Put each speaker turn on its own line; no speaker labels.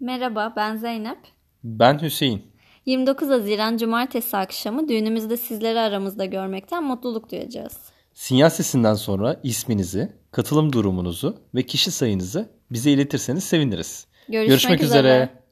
Merhaba, ben Zeynep.
Ben Hüseyin.
29 Haziran Cumartesi akşamı düğünümüzde sizleri aramızda görmekten mutluluk duyacağız.
Sinyal sesinden sonra isminizi, katılım durumunuzu ve kişi sayınızı bize iletirseniz seviniriz.
Görüşmek
Görüşmek üzere.
üzere.